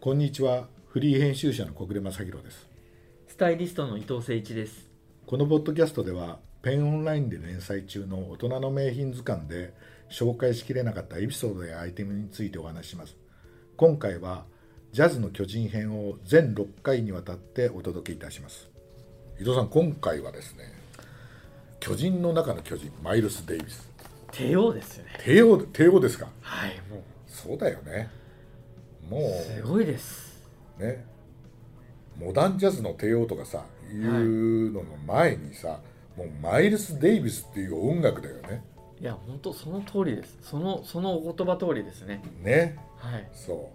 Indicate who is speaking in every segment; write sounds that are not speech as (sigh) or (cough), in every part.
Speaker 1: こんにちはフリー編集者の小暮正弘です
Speaker 2: スタイリストの伊藤誠一です。
Speaker 1: このポッドキャストではペンオンラインで連載中の大人の名品図鑑で紹介しきれなかったエピソードやアイテムについてお話しします今回はジャズの巨人編を全6回にわたってお届けいたします伊藤さん今回はですね巨人の中の巨人マイルス・デイビス
Speaker 2: 帝王ですよね。
Speaker 1: 帝王帝王ですか
Speaker 2: はい、も
Speaker 1: そうだよねもう
Speaker 2: うすごいです。
Speaker 1: ねモダンジャズの帝王とかさいうのの前にさ、もうマイルス・デイビスっていう音楽だよね
Speaker 2: いや、本当その通りです。そのそのお言葉通りですね。
Speaker 1: ね
Speaker 2: はい。
Speaker 1: そ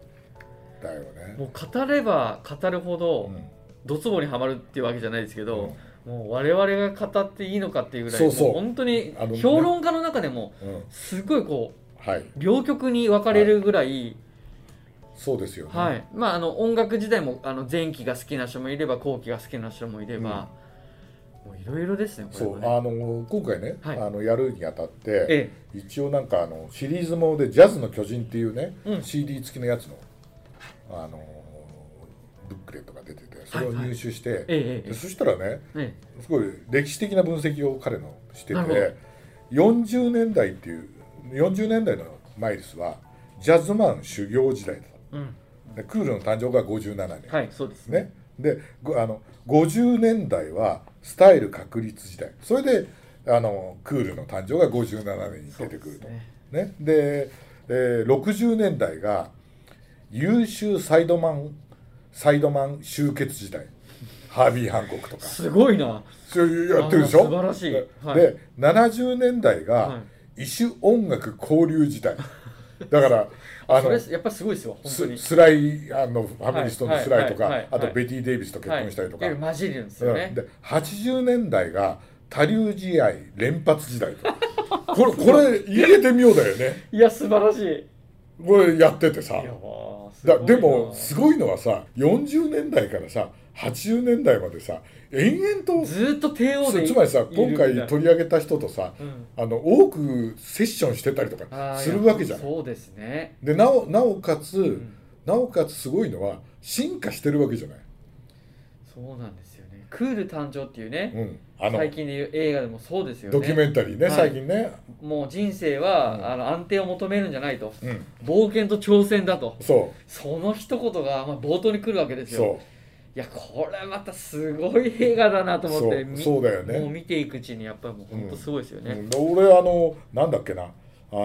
Speaker 1: うだよね
Speaker 2: もう語れば語るほど、
Speaker 1: うん
Speaker 2: ドツボにはまるっていうわけじゃないですけど、もう我々が語っていいのかっていうぐらい、
Speaker 1: そうそう
Speaker 2: も本当に
Speaker 1: あのね
Speaker 2: 評論家の中でも
Speaker 1: うんうん
Speaker 2: すごいこう
Speaker 1: はい
Speaker 2: 両極に分かれるぐらい、
Speaker 1: そうですよね、
Speaker 2: はい、まああの音楽時代もあの前期が好きな人もいれば後期が好きな人もいれば、もういろいろですね。これ
Speaker 1: そ
Speaker 2: は
Speaker 1: う
Speaker 2: ね
Speaker 1: あの今回ね、
Speaker 2: はい
Speaker 1: あのやるにあたって
Speaker 2: え
Speaker 1: 一応なんかあのシリーズもので「ジャズの巨人」っていうね、
Speaker 2: うん
Speaker 1: CD 付きのやつのあのブックレットが出ててそれを入手して、
Speaker 2: ええええ
Speaker 1: でそしたらね
Speaker 2: ええ
Speaker 1: すごい歴史的な分析を彼のして
Speaker 2: なる
Speaker 1: て40年代っていう40年代のマイルスはジャズマン修行時代だっ
Speaker 2: え、うん、
Speaker 1: たでクールの誕生が57年、
Speaker 2: はい、そうですね。
Speaker 1: ねでごあの50年代はスタイル確立時代それであのクールの誕生が57年に出てくると
Speaker 2: そうです
Speaker 1: ねで、えー60年代が優秀サイドマンサイドマン集結時代ハービー・ハンコックとか
Speaker 2: すごいな。
Speaker 1: そういうやってるでしょ
Speaker 2: あー素晴らしい
Speaker 1: で,、
Speaker 2: はい
Speaker 1: 70年代
Speaker 2: は
Speaker 1: が異種音楽交流時
Speaker 2: (laughs)
Speaker 1: 代だからあ
Speaker 2: そ
Speaker 1: の
Speaker 2: れやっぱりすごいですよ、本当
Speaker 1: ス
Speaker 2: に。
Speaker 1: スライあのファミリストのスライとか、
Speaker 2: はいはいはい
Speaker 1: あと
Speaker 2: はい
Speaker 1: ベティ・デイビスと結婚したりとか、
Speaker 2: はいいや混じるんですよね。
Speaker 1: で80年代が多流試合連発時代と (laughs) これこれ入れてみようだよね
Speaker 2: いや、素晴らしい。い
Speaker 1: これやっててさ
Speaker 2: やーすごい
Speaker 1: だ
Speaker 2: な
Speaker 1: でもすごいのはさ40年代からさ80年代までさ延々と
Speaker 2: ずーっと帝王
Speaker 1: そ
Speaker 2: で
Speaker 1: う
Speaker 2: い
Speaker 1: つまりさ
Speaker 2: いる
Speaker 1: 今
Speaker 2: みたいな
Speaker 1: 回取り上げた人とさ、
Speaker 2: うん
Speaker 1: あの多くセッションしてたりと
Speaker 2: あ
Speaker 1: か
Speaker 2: ー
Speaker 1: するわけじゃ
Speaker 2: い
Speaker 1: な
Speaker 2: や
Speaker 1: い
Speaker 2: そうですね。
Speaker 1: でなおなおかつ、
Speaker 2: ん
Speaker 1: なおかつすごいのは進化してるわけじゃない、
Speaker 2: そうなんですよね。クール誕生っていうね、
Speaker 1: うん、あの
Speaker 2: 最近でいう映画でもそうですよ
Speaker 1: ドキュメ
Speaker 2: ね。
Speaker 1: ンタリーね、
Speaker 2: はい
Speaker 1: 最近ね、
Speaker 2: もう人生は、あの安定を求めるんじゃないと、
Speaker 1: うん、
Speaker 2: 冒険と挑戦だと。
Speaker 1: そ
Speaker 2: その一言が、まあ、冒頭に来るわけで
Speaker 1: う
Speaker 2: すよ。
Speaker 1: そ
Speaker 2: いやこれまたすごい映画だなと思っ
Speaker 1: そ
Speaker 2: て
Speaker 1: う
Speaker 2: み
Speaker 1: そうだよね
Speaker 2: もう見ていくうちにやっぱりもう本当すごいですよ
Speaker 1: う、う
Speaker 2: ね、
Speaker 1: んで俺あのなんだっけなあ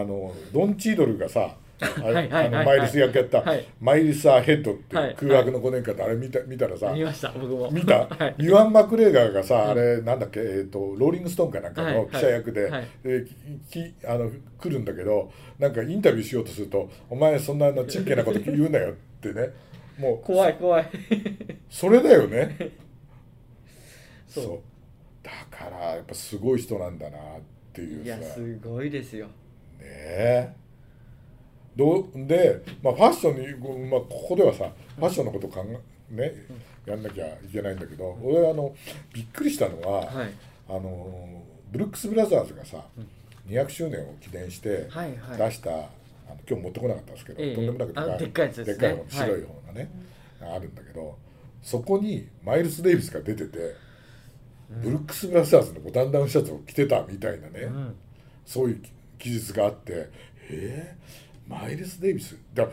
Speaker 1: のドン・チードルがさあ
Speaker 2: (laughs) はいはい
Speaker 1: あ
Speaker 2: は
Speaker 1: の
Speaker 2: い
Speaker 1: マイルス役やった、
Speaker 2: はい
Speaker 1: マイルス・アヘッドって
Speaker 2: はいいう
Speaker 1: 空白の5年間ってあれ見た見たらさ、
Speaker 2: 見ました僕も
Speaker 1: (laughs) 見た、
Speaker 2: はい
Speaker 1: ユアン・マクレーガーがさ、
Speaker 2: ん
Speaker 1: あれなんだっけ、えー、とローリング・ストーンかなんか
Speaker 2: はいは
Speaker 1: の
Speaker 2: い
Speaker 1: 記者役で、
Speaker 2: はい
Speaker 1: えーききあの来るんだけどなんかインタビューしようとすると「お前そんなのちっけなこと言うなよ」って
Speaker 2: (laughs)
Speaker 1: ねもう
Speaker 2: 怖い怖い
Speaker 1: それだよね
Speaker 2: (laughs) そう
Speaker 1: だからやっぱすごい人なんだなっていう
Speaker 2: い
Speaker 1: さ
Speaker 2: やすごいですよ
Speaker 1: ねえどうで、まあ、ファッションに、こうまあ、ここではさファッションのこと考えねやんなきゃいけないんだけど俺あのびっくりしたのは、
Speaker 2: はい
Speaker 1: あのブルックス・ブラザーズがさ200周年を記念して
Speaker 2: はいはい
Speaker 1: 出した、あの今日持ってこなかったんですけど、
Speaker 2: ええ
Speaker 1: とんでもなく
Speaker 2: あでっかいやつですね
Speaker 1: でっかい方白い方がね、あるんだけどそこにマイルス・デイビスが出てて、ブルックス・ブラザーズのボタンダウンシャツを着てたみたいなね、
Speaker 2: うん
Speaker 1: そういう記述があってえー、マイルス・デイビスだ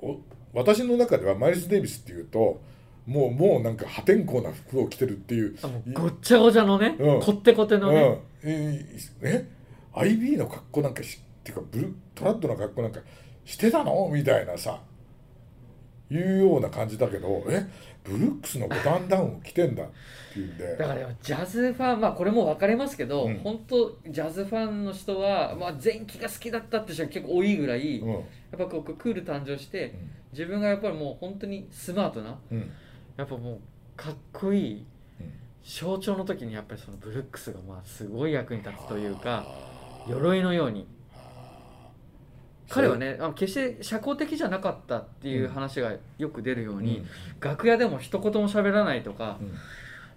Speaker 1: お私の中ではマイルス・デイビスっていうともうもうなんか破天荒な服を着てるっていう
Speaker 2: あもうごっちゃごちゃのね、
Speaker 1: うん
Speaker 2: こってこてのね、
Speaker 1: うん、えーね IB の格好なんかしっていうかブルトラッドの格好なんかしてたのみたいなさいうような感じだけどえブルックスのボタンダウンを着てんだっていうんで
Speaker 2: だからやっぱジャズファンまあこれも分かれますけど、
Speaker 1: うん
Speaker 2: 本当ジャズファンの人は、まあ、前期が好きだったって人が結構多いぐらい、
Speaker 1: う
Speaker 2: やっ
Speaker 1: ん
Speaker 2: ぱこうクール誕生して、自分がやっぱりもう本当にスマートな
Speaker 1: うん
Speaker 2: やっぱもうかっこいい
Speaker 1: うん
Speaker 2: 象徴の時にやっぱりそのブルックスがまあすごい役に立つというか
Speaker 1: あー
Speaker 2: 鎧のように
Speaker 1: あー
Speaker 2: 彼はねあの決して社交的じゃなかったっていう話がよく出るよ
Speaker 1: そうう
Speaker 2: に、楽屋でも一言も喋らないとか
Speaker 1: うんうん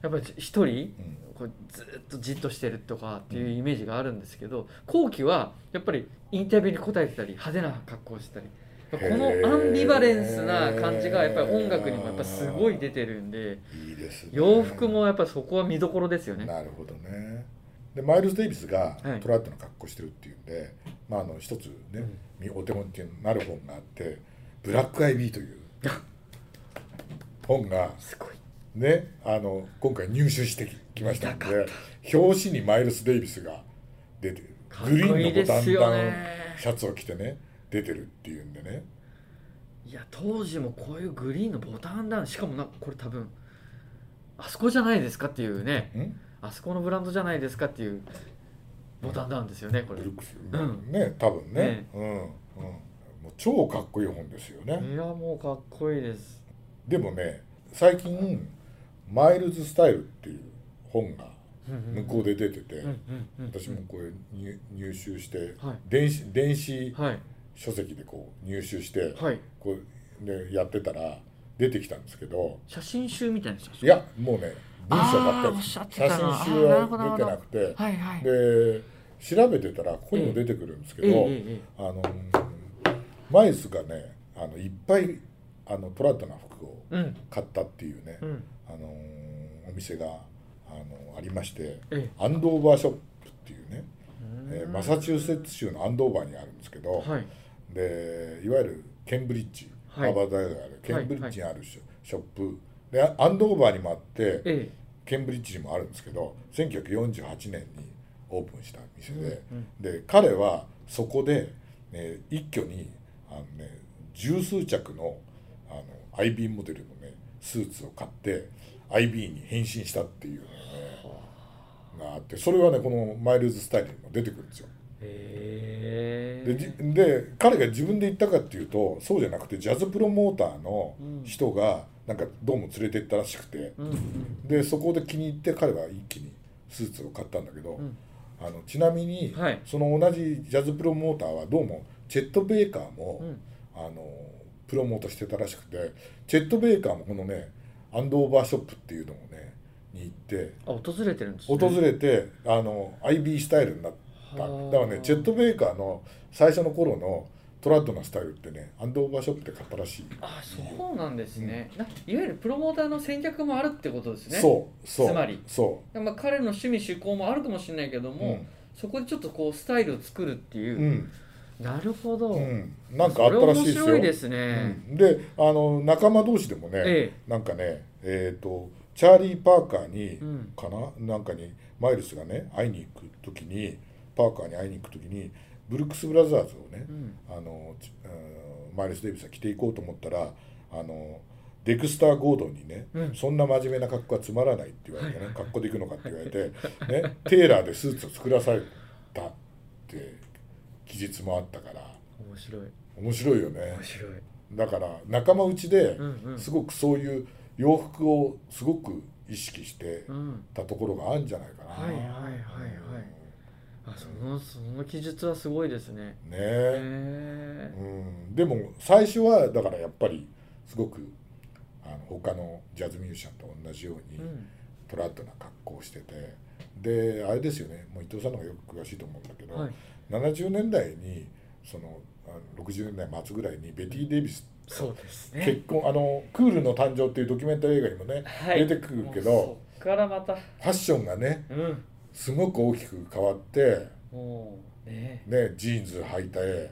Speaker 2: やっぱり一人
Speaker 1: うん
Speaker 2: こうずっとじっとしてるとかっていうイメージがあるんですけど後期はやっぱりインタビューに答えてたり派手な格好をしてたりこのアンビバレンスな感じがやっぱり音楽にもやっぱすごい出てるんで
Speaker 1: いいですね
Speaker 2: 洋服もやっぱそこは見どころですよね
Speaker 1: なるほどねでマイルズ・デイビスが
Speaker 2: はい
Speaker 1: トラットの格好してるっていうんで、まあ、あの一つね、お手本ってなる本があって「ブラック・アイ・ビー」と
Speaker 2: (laughs)
Speaker 1: いう本が
Speaker 2: すごい
Speaker 1: ねあの今回入手してきましたの
Speaker 2: 見たか
Speaker 1: で表紙にマイルス・デイビスが出てる
Speaker 2: かっこ
Speaker 1: グリーン
Speaker 2: い
Speaker 1: の
Speaker 2: い
Speaker 1: ボ
Speaker 2: で
Speaker 1: タ
Speaker 2: す
Speaker 1: ン
Speaker 2: よ
Speaker 1: ダ
Speaker 2: ね
Speaker 1: ウンシャツを着てね出てるっていうんでね
Speaker 2: いや当時もこういうグリーンのボタンダウンしかもなんかこれ多分あそこじゃないですかっていうね
Speaker 1: ん
Speaker 2: あそこのブランドじゃないですかっていうボタンダウンですよねこ
Speaker 1: ブ
Speaker 2: れ
Speaker 1: ルックス、
Speaker 2: ん
Speaker 1: ね多分ね
Speaker 2: ね
Speaker 1: うんうん、もう超かっこいい本ですよね、
Speaker 2: いやもうかっこいいです
Speaker 1: でもね最近「マイルズ・スタイル」っていう本が向こうで出てて、
Speaker 2: うんうんうん
Speaker 1: 私もこれ入入手して、
Speaker 2: はい
Speaker 1: 電子電子
Speaker 2: はい
Speaker 1: 書籍でこう入手して、
Speaker 2: はい
Speaker 1: こうねやってたら出てきたんですけど
Speaker 2: 写真集みたいなやつ
Speaker 1: いやもうね文章ばっか
Speaker 2: あーお
Speaker 1: り
Speaker 2: っ
Speaker 1: 写
Speaker 2: し
Speaker 1: 真
Speaker 2: ゃってたな
Speaker 1: 集
Speaker 2: あーなるほどな
Speaker 1: は
Speaker 2: る
Speaker 1: 出
Speaker 2: ほど
Speaker 1: てなくて
Speaker 2: はいはい
Speaker 1: で調べてたらここにも出てくるんですけど、
Speaker 2: ええええええ
Speaker 1: あのマイスがねあのいっぱいあのトラッドな服を
Speaker 2: うん
Speaker 1: 買ったっていうね、
Speaker 2: うん
Speaker 1: あのお店があのありまして、
Speaker 2: ええ
Speaker 1: アンドーバーショップっていうね、
Speaker 2: うん
Speaker 1: えーマサチューセッツ州のアンドーバーにあるんですけど、
Speaker 2: はい
Speaker 1: でいわゆるケンブリッジ、
Speaker 2: はい
Speaker 1: ハーバード大学があるケンブリッジにあるショ,、ショップでアンドーバーにもあって、
Speaker 2: え
Speaker 1: ケンブリッジにもあるんですけど1948年にオープンした店で、
Speaker 2: うん
Speaker 1: で彼はそこで、ね、一挙にあの、ね、十数着のあのアイビーモデルのねスーツを買ってアイビーに変身したっていうのが,、ね、があってそれはねこのマイルズスタイルにも出てくるんですよ。
Speaker 2: ええ
Speaker 1: でじ
Speaker 2: え
Speaker 1: で彼が自分で言ったかっていうとそうじゃなくてジャズプロモーターの人がなんかどうも連れてったらしくて。
Speaker 2: うんうん
Speaker 1: でそこで気に入って彼は一気にスーツを買ったんだけど、
Speaker 2: ん
Speaker 1: あのちなみに、
Speaker 2: はい
Speaker 1: その同じジャズプロモーターはどうもチェット・ベイカーも、
Speaker 2: うん
Speaker 1: あのプロモートしてたらしくてチェット・ベイカーもこのねアンドオーバーショップっていうのをねに行って
Speaker 2: あ訪れてるんですね
Speaker 1: 訪れて、あの IB スタイルになっただ
Speaker 2: はあ
Speaker 1: からねチェット・ベイカーの最初の頃のトラッドなスタイルってねアンドオーバーショップで買ったらしい、
Speaker 2: あそうなんですね、ないわゆるプロモーターの戦略もあるってことですね
Speaker 1: そうそう
Speaker 2: つまり
Speaker 1: そ
Speaker 2: まあ、彼の趣味趣向もあるかもしれないけど
Speaker 1: うう
Speaker 2: も、
Speaker 1: ん
Speaker 2: そこでちょっとこうスタイルを作るっていうう、
Speaker 1: ん
Speaker 2: なるほど、
Speaker 1: うん、なんかあったらしいです
Speaker 2: それ面白
Speaker 1: よ
Speaker 2: いですね、
Speaker 1: うんであの仲間同士でもね、
Speaker 2: え
Speaker 1: なんかねえっ、とチャーリー・パーカーに、
Speaker 2: うん
Speaker 1: かななんかにマイルスがね会いに行く時にパーカーに会いに行く時にブルックス・ブラザーズをね、
Speaker 2: うん
Speaker 1: あのちうんマイルス・デイビスは着ていこうと思ったらあのデクスター・ゴードンにね、
Speaker 2: うん
Speaker 1: そんな真面目な格好はつまらないって言われてね、格好で行くのかって言われて、ね、テーラーでスーツを作らされたって記述もあったから
Speaker 2: 面白い
Speaker 1: 面白いよね
Speaker 2: 面。白い、
Speaker 1: だから仲間内で
Speaker 2: うんうん
Speaker 1: すごくそういう洋服をすごく意識して
Speaker 2: うん、
Speaker 1: たところがあるんじゃないかな。
Speaker 2: はいはいはいはいあそのその記述はすごいですね
Speaker 1: ね
Speaker 2: へ
Speaker 1: え、
Speaker 2: え
Speaker 1: うん、でも最初はだからやっぱりすごくあの他のジャズミュージシャンと同じように
Speaker 2: うん
Speaker 1: トラッドな格好をしててであれですよねもう伊藤さんの方がよく詳しいと思うんだけど、
Speaker 2: はい、
Speaker 1: 70年代にそのあの60年代末ぐらいにベティ・デイビス
Speaker 2: そうです
Speaker 1: 結
Speaker 2: ね
Speaker 1: 婚あのクールの誕生っていうドキュメンタリー映画にもね、
Speaker 2: はい
Speaker 1: 出てくるけ
Speaker 2: もう
Speaker 1: ど
Speaker 2: そっからまた
Speaker 1: ファッションがね
Speaker 2: うん
Speaker 1: すごく大きく変わって、
Speaker 2: もうね
Speaker 1: ね、ジーンズ履いて
Speaker 2: はい、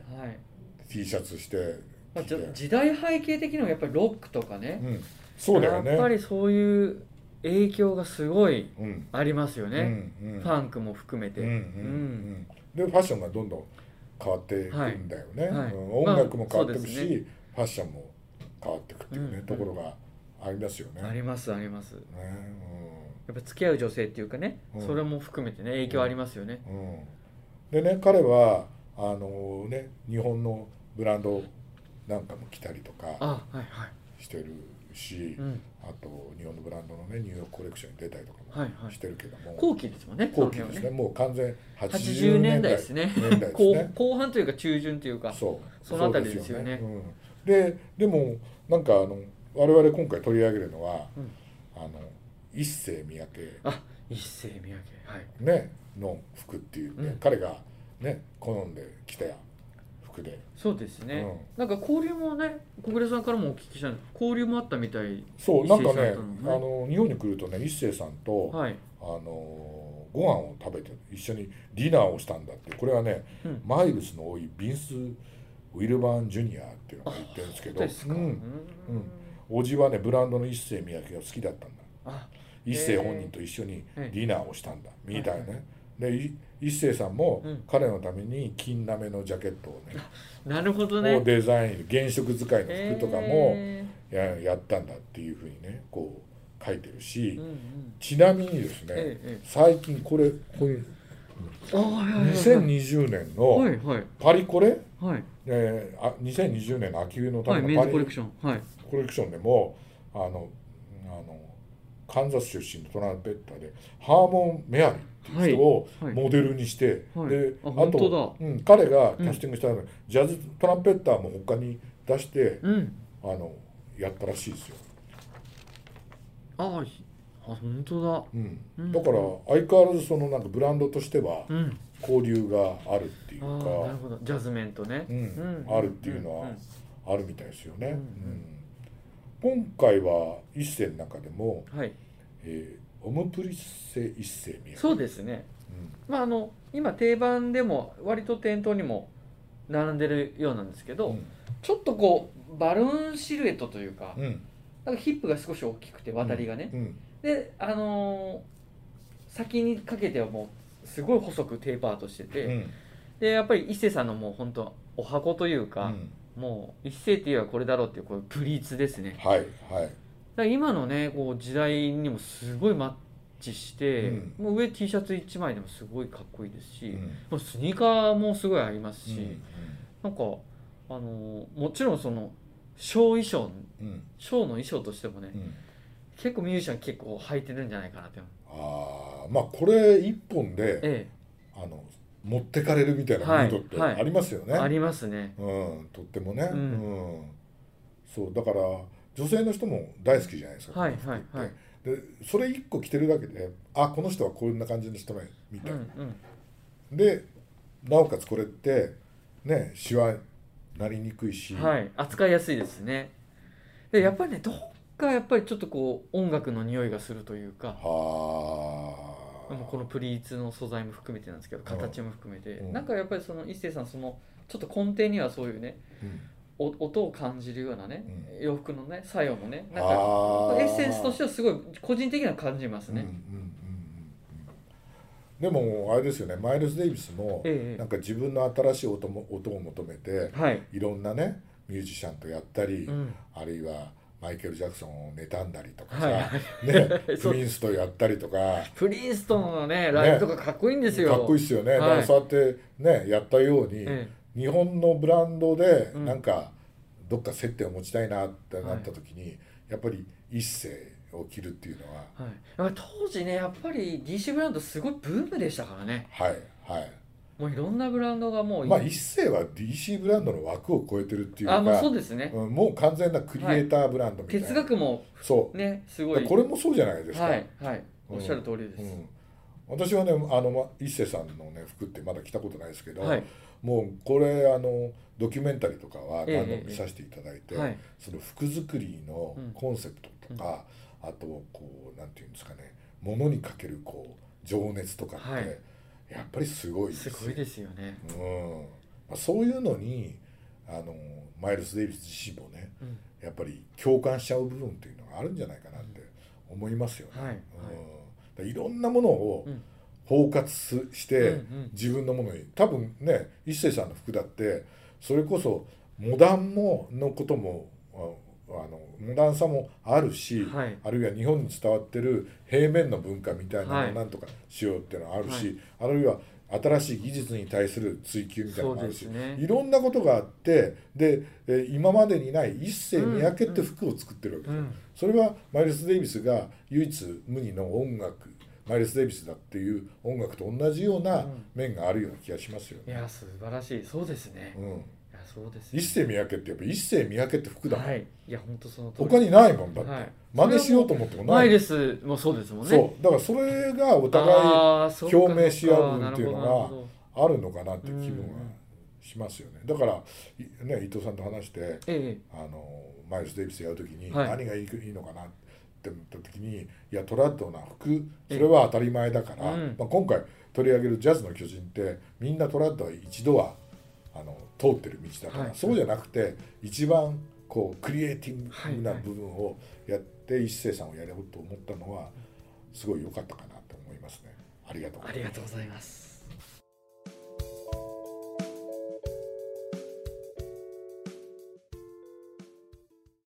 Speaker 1: T シャツして
Speaker 2: まあ、
Speaker 1: 着て、
Speaker 2: じょ時代背景的にもやっぱりロックとかね、
Speaker 1: うん、そうだよね
Speaker 2: やっぱりそういう影響がすごい
Speaker 1: うん
Speaker 2: ありますよ
Speaker 1: う
Speaker 2: ね、
Speaker 1: んうん
Speaker 2: ファンクも含めて、
Speaker 1: うんうんうんでファッションがどんどん変わっていくんだよね、
Speaker 2: はいはい
Speaker 1: うん音楽も変わっていくし、
Speaker 2: まあそうです
Speaker 1: ファッションも変わっていくっていうね、
Speaker 2: うん
Speaker 1: ところがありますよね。
Speaker 2: ありますあります
Speaker 1: ね
Speaker 2: やっぱ付き合う女性っていうかね、
Speaker 1: うん
Speaker 2: それも含めてね影響ありますよね、
Speaker 1: うんうん、でね彼はあのね日本のブランドなんかも着たりとか
Speaker 2: あはいは
Speaker 1: してるし
Speaker 2: い、うん、
Speaker 1: あと日本のブランドのねニューヨークコレクションに出たりとか
Speaker 2: はい
Speaker 1: も
Speaker 2: はい
Speaker 1: してるけども、
Speaker 2: 後期ですもんね
Speaker 1: 後期です
Speaker 2: そ
Speaker 1: ね
Speaker 2: の
Speaker 1: もう完全
Speaker 2: 80
Speaker 1: 80
Speaker 2: 年
Speaker 1: 年
Speaker 2: 代
Speaker 1: 代
Speaker 2: ですね
Speaker 1: 年代です
Speaker 2: 辺
Speaker 1: ね
Speaker 2: は (laughs) 後後半というか中旬というか
Speaker 1: そう
Speaker 2: そのあたりですよね
Speaker 1: そうですよねうん、ででもなんかあの我々今回取り上げるのは、
Speaker 2: うん
Speaker 1: あの一世三宅
Speaker 2: あ一世三宅はい
Speaker 1: ねの服っていうね、
Speaker 2: うん
Speaker 1: 彼がね好んで着た服で
Speaker 2: そうですね、なんか交流もね小暮さんからもお聞きしたんです交流もあったみたい
Speaker 1: そう
Speaker 2: 一
Speaker 1: な
Speaker 2: 星
Speaker 1: ん
Speaker 2: さん
Speaker 1: かね
Speaker 2: との
Speaker 1: あの日本に来るとね一星さんと、
Speaker 2: はい
Speaker 1: あのご飯を食べて一緒にディナーをしたんだってこれはね、
Speaker 2: うん
Speaker 1: マイルスの多いビンス・ウィルバーン・ジュニアっていうのが言ってるんですけ
Speaker 2: そう
Speaker 1: ど
Speaker 2: ですか、
Speaker 1: う
Speaker 2: うん
Speaker 1: ん、おじはねブランドの一世三宅が好きだったんだ
Speaker 2: あ
Speaker 1: 一世本人と一緒にデ
Speaker 2: ええ
Speaker 1: ィナーをしたんだみたいな
Speaker 2: は
Speaker 1: ねでい一世さんも
Speaker 2: うん
Speaker 1: 彼のために金ラメのジャケットをね
Speaker 2: なるほどね
Speaker 1: をデザイン原色使いの服とかも
Speaker 2: え
Speaker 1: ややったんだっていうふうにねこう書いてる
Speaker 2: ー
Speaker 1: し
Speaker 2: うんうん
Speaker 1: ちなみにですね
Speaker 2: ええええ
Speaker 1: 最近これこういう
Speaker 2: あはいはいはい
Speaker 1: 2020年
Speaker 2: は
Speaker 1: の
Speaker 2: いはい
Speaker 1: パリコレ、
Speaker 2: はい
Speaker 1: えーあ2020年の秋冬のた
Speaker 2: はい
Speaker 1: め
Speaker 2: メ
Speaker 1: の
Speaker 2: ン
Speaker 1: パ
Speaker 2: ズ
Speaker 1: リ
Speaker 2: コレクションはい
Speaker 1: コレクションでもあのあのカンザス出身のトランペッターでハーモン・メアリーっていう人を
Speaker 2: はい
Speaker 1: モデルにして、
Speaker 2: はい
Speaker 1: で
Speaker 2: あ
Speaker 1: あ
Speaker 2: 本当だ
Speaker 1: と、うん、彼がキャスティングしたのに、ジャズトランペッターも他に出して
Speaker 2: うん
Speaker 1: あのやったらしいですよ、
Speaker 2: あーひあ本当
Speaker 1: うん
Speaker 2: うん
Speaker 1: だから相変わらずそのなんかブランドとしては
Speaker 2: だうん
Speaker 1: 交流があるっていう
Speaker 2: あ
Speaker 1: か、
Speaker 2: ーなるほどジャズメンとね
Speaker 1: うんあるっていうのはあるみたいですよね、
Speaker 2: うん
Speaker 1: うん今回は一世の中でも、
Speaker 2: うんはい
Speaker 1: えーオムプリッセ一世ミヤ
Speaker 2: そうですねまああの今定番でも割と店頭にも並んでるようなんですけど、ちょっとこうバルーンシルエットというか,、
Speaker 1: うん
Speaker 2: なんかヒップが少し大きくて渡りがね、
Speaker 1: うん
Speaker 2: であのー先にかけてはもうすごい細くテーパーとしてて、
Speaker 1: うん
Speaker 2: でやっぱり伊勢さんのもう本当お箱という
Speaker 1: う
Speaker 2: か、
Speaker 1: ん
Speaker 2: もう一世っていえばこれだろうっていうこういうプリーツですねだか
Speaker 1: はいはい
Speaker 2: ら今のねこう時代にもすごいマッチして、
Speaker 1: うん
Speaker 2: もう上 T シャツ1枚でもすごいかっこいいですし、
Speaker 1: うん
Speaker 2: まあスニーカーもすごいありますし、
Speaker 1: う
Speaker 2: なんかあのもちろんそのショー衣装
Speaker 1: んうん
Speaker 2: ショーの衣装としてもね、
Speaker 1: うん
Speaker 2: 結構ミュージシャン結構履いてるんじゃないかなって思う
Speaker 1: ああまあこれ一本で
Speaker 2: え
Speaker 1: あの持ってかれるみたいなムードって
Speaker 2: はいはい
Speaker 1: ありますよ
Speaker 2: え、あ
Speaker 1: ね
Speaker 2: りますね
Speaker 1: うんとってもね
Speaker 2: う
Speaker 1: うんんそうだから女性の人も大好きじゃないですか
Speaker 2: はい
Speaker 1: この服って
Speaker 2: はい
Speaker 1: でそれ一個着てるだけであこの人はこんな感じの人ねみ
Speaker 2: う
Speaker 1: た
Speaker 2: ん
Speaker 1: いうなんでなおかつこれってねシワなりにくいし、
Speaker 2: はい、扱いやすいですねでやっぱりねどっかやっぱりちょっとこう音楽の匂いがするというか
Speaker 1: はあ
Speaker 2: もうこのプリーツの素材も含めてなんですけど形も含めて、
Speaker 1: うん
Speaker 2: なんかやっぱりその一星さんそのちょっと根底にはそういうねお音を感じるようなね、洋服のね作用もねなんか
Speaker 1: か
Speaker 2: エッセンスとしてはすごい個人的には感じますね。
Speaker 1: でもあれですよねマイルス・デイビスも
Speaker 2: え
Speaker 1: なんか自分の新しい音も音を求めて
Speaker 2: え、はい、
Speaker 1: いろんなねミュージシャンとやったり、
Speaker 2: うん、
Speaker 1: あるいはマイケル・ジャクソンを妬んだりとかさ、
Speaker 2: はい、
Speaker 1: ね
Speaker 2: (laughs) そ
Speaker 1: プ
Speaker 2: う
Speaker 1: リンスとやったりとか。
Speaker 2: プリンストンのねライブとかかっこいいんですよ。
Speaker 1: かっこいいですよね、だか
Speaker 2: は
Speaker 1: ら
Speaker 2: い
Speaker 1: そうやってねやったように、
Speaker 2: え
Speaker 1: 日本のブランドで
Speaker 2: うん
Speaker 1: なんかどっか接点を持ちたいなってなった時に、やっぱり一世を切るっていうのは
Speaker 2: え、はい。やっぱり当時ねやっぱり DC ブランドすごいブームでしたからね。
Speaker 1: はいはい
Speaker 2: もういろんなブランドがもう、
Speaker 1: まあ一世は DC ブランドの枠を超えてるっていうか
Speaker 2: あまあそうですね。
Speaker 1: うんもう完全なクリエイターブランドみたいな、
Speaker 2: 哲学も
Speaker 1: そう、
Speaker 2: ねすご
Speaker 1: だか
Speaker 2: い。
Speaker 1: らこれもそうじゃないですか、
Speaker 2: はいはい。
Speaker 1: うん
Speaker 2: おっしゃる通りで
Speaker 1: う
Speaker 2: す。
Speaker 1: ん、私はねあのま一世さんのね服ってまだ着たことないですけど、
Speaker 2: はい
Speaker 1: もうこれあのドキュメンタリーとかは
Speaker 2: ええ
Speaker 1: 何度も
Speaker 2: ええ
Speaker 1: 見させていただいて、
Speaker 2: はい
Speaker 1: その服作りの
Speaker 2: うん
Speaker 1: コンセプトとか、あとこうなんていうんですかねものにかけるこう情熱とかって、
Speaker 2: はい
Speaker 1: やっぱりすごいです
Speaker 2: す
Speaker 1: よ
Speaker 2: ごいですよね。
Speaker 1: うんまあ、そういうのにあのマイルス・デイビス自身もね
Speaker 2: うん、
Speaker 1: やっぱり共感しちゃう部分っていうのがあるんじゃないかなって思いますよね。
Speaker 2: はいはい。
Speaker 1: うん、いろんなものを
Speaker 2: うん
Speaker 1: 包括すして、
Speaker 2: うんうん
Speaker 1: 自分のものに多分ね一星さんの服だってそれこそモダンものこともああのモダンさもあるし、
Speaker 2: はい
Speaker 1: あるいは日本に伝わってる平面の文化みたいな
Speaker 2: は
Speaker 1: のを
Speaker 2: い
Speaker 1: なんとかしようっていうのはあるし、あるいは新しい技術に対する追求みたいなのもあるし、
Speaker 2: そうですね
Speaker 1: いろんなことがあってで、えー今までにない一世三宅って服を作ってるわけですよ
Speaker 2: うん
Speaker 1: それはマイルス・デイビスが唯一無二の音楽マイルス・デイビスだっていう音楽と同じような面があるような気がしますよ
Speaker 2: い
Speaker 1: ね。
Speaker 2: や素晴らしいそうですね。
Speaker 1: う
Speaker 2: い
Speaker 1: ん、
Speaker 2: やそうです、ね。
Speaker 1: 一世三宅ってやっぱ一世三宅って服だもん、
Speaker 2: はい。いや本当その通り。
Speaker 1: 他にないもんだって、
Speaker 2: はい
Speaker 1: 真似しようと思ってもな
Speaker 2: マ
Speaker 1: い
Speaker 2: イルスもそうですもんね。
Speaker 1: そうだからそれがお互い
Speaker 2: あーそうか
Speaker 1: 共鳴し合うっていうのが
Speaker 2: なるほどなるほど
Speaker 1: あるのかなっていう気分はしますよねだからいね伊藤さんと話して
Speaker 2: え
Speaker 1: あのマイルス・デイビスやるときに
Speaker 2: はい
Speaker 1: 何がいいいいのかなって思った時に、い、やトラッドな服それは当たり前だから、
Speaker 2: うん
Speaker 1: まあ、今回取り上げる「ジャズの巨人」ってみんなトラッドは一度はあの通ってる道だから、
Speaker 2: はい
Speaker 1: そうじゃなくて一番こうクリエイティブな
Speaker 2: はいはい
Speaker 1: 部分をやって、一生さんをやろうと思ったのはすごい良かったかなと思いますね。ありがとう
Speaker 2: えありがとうございます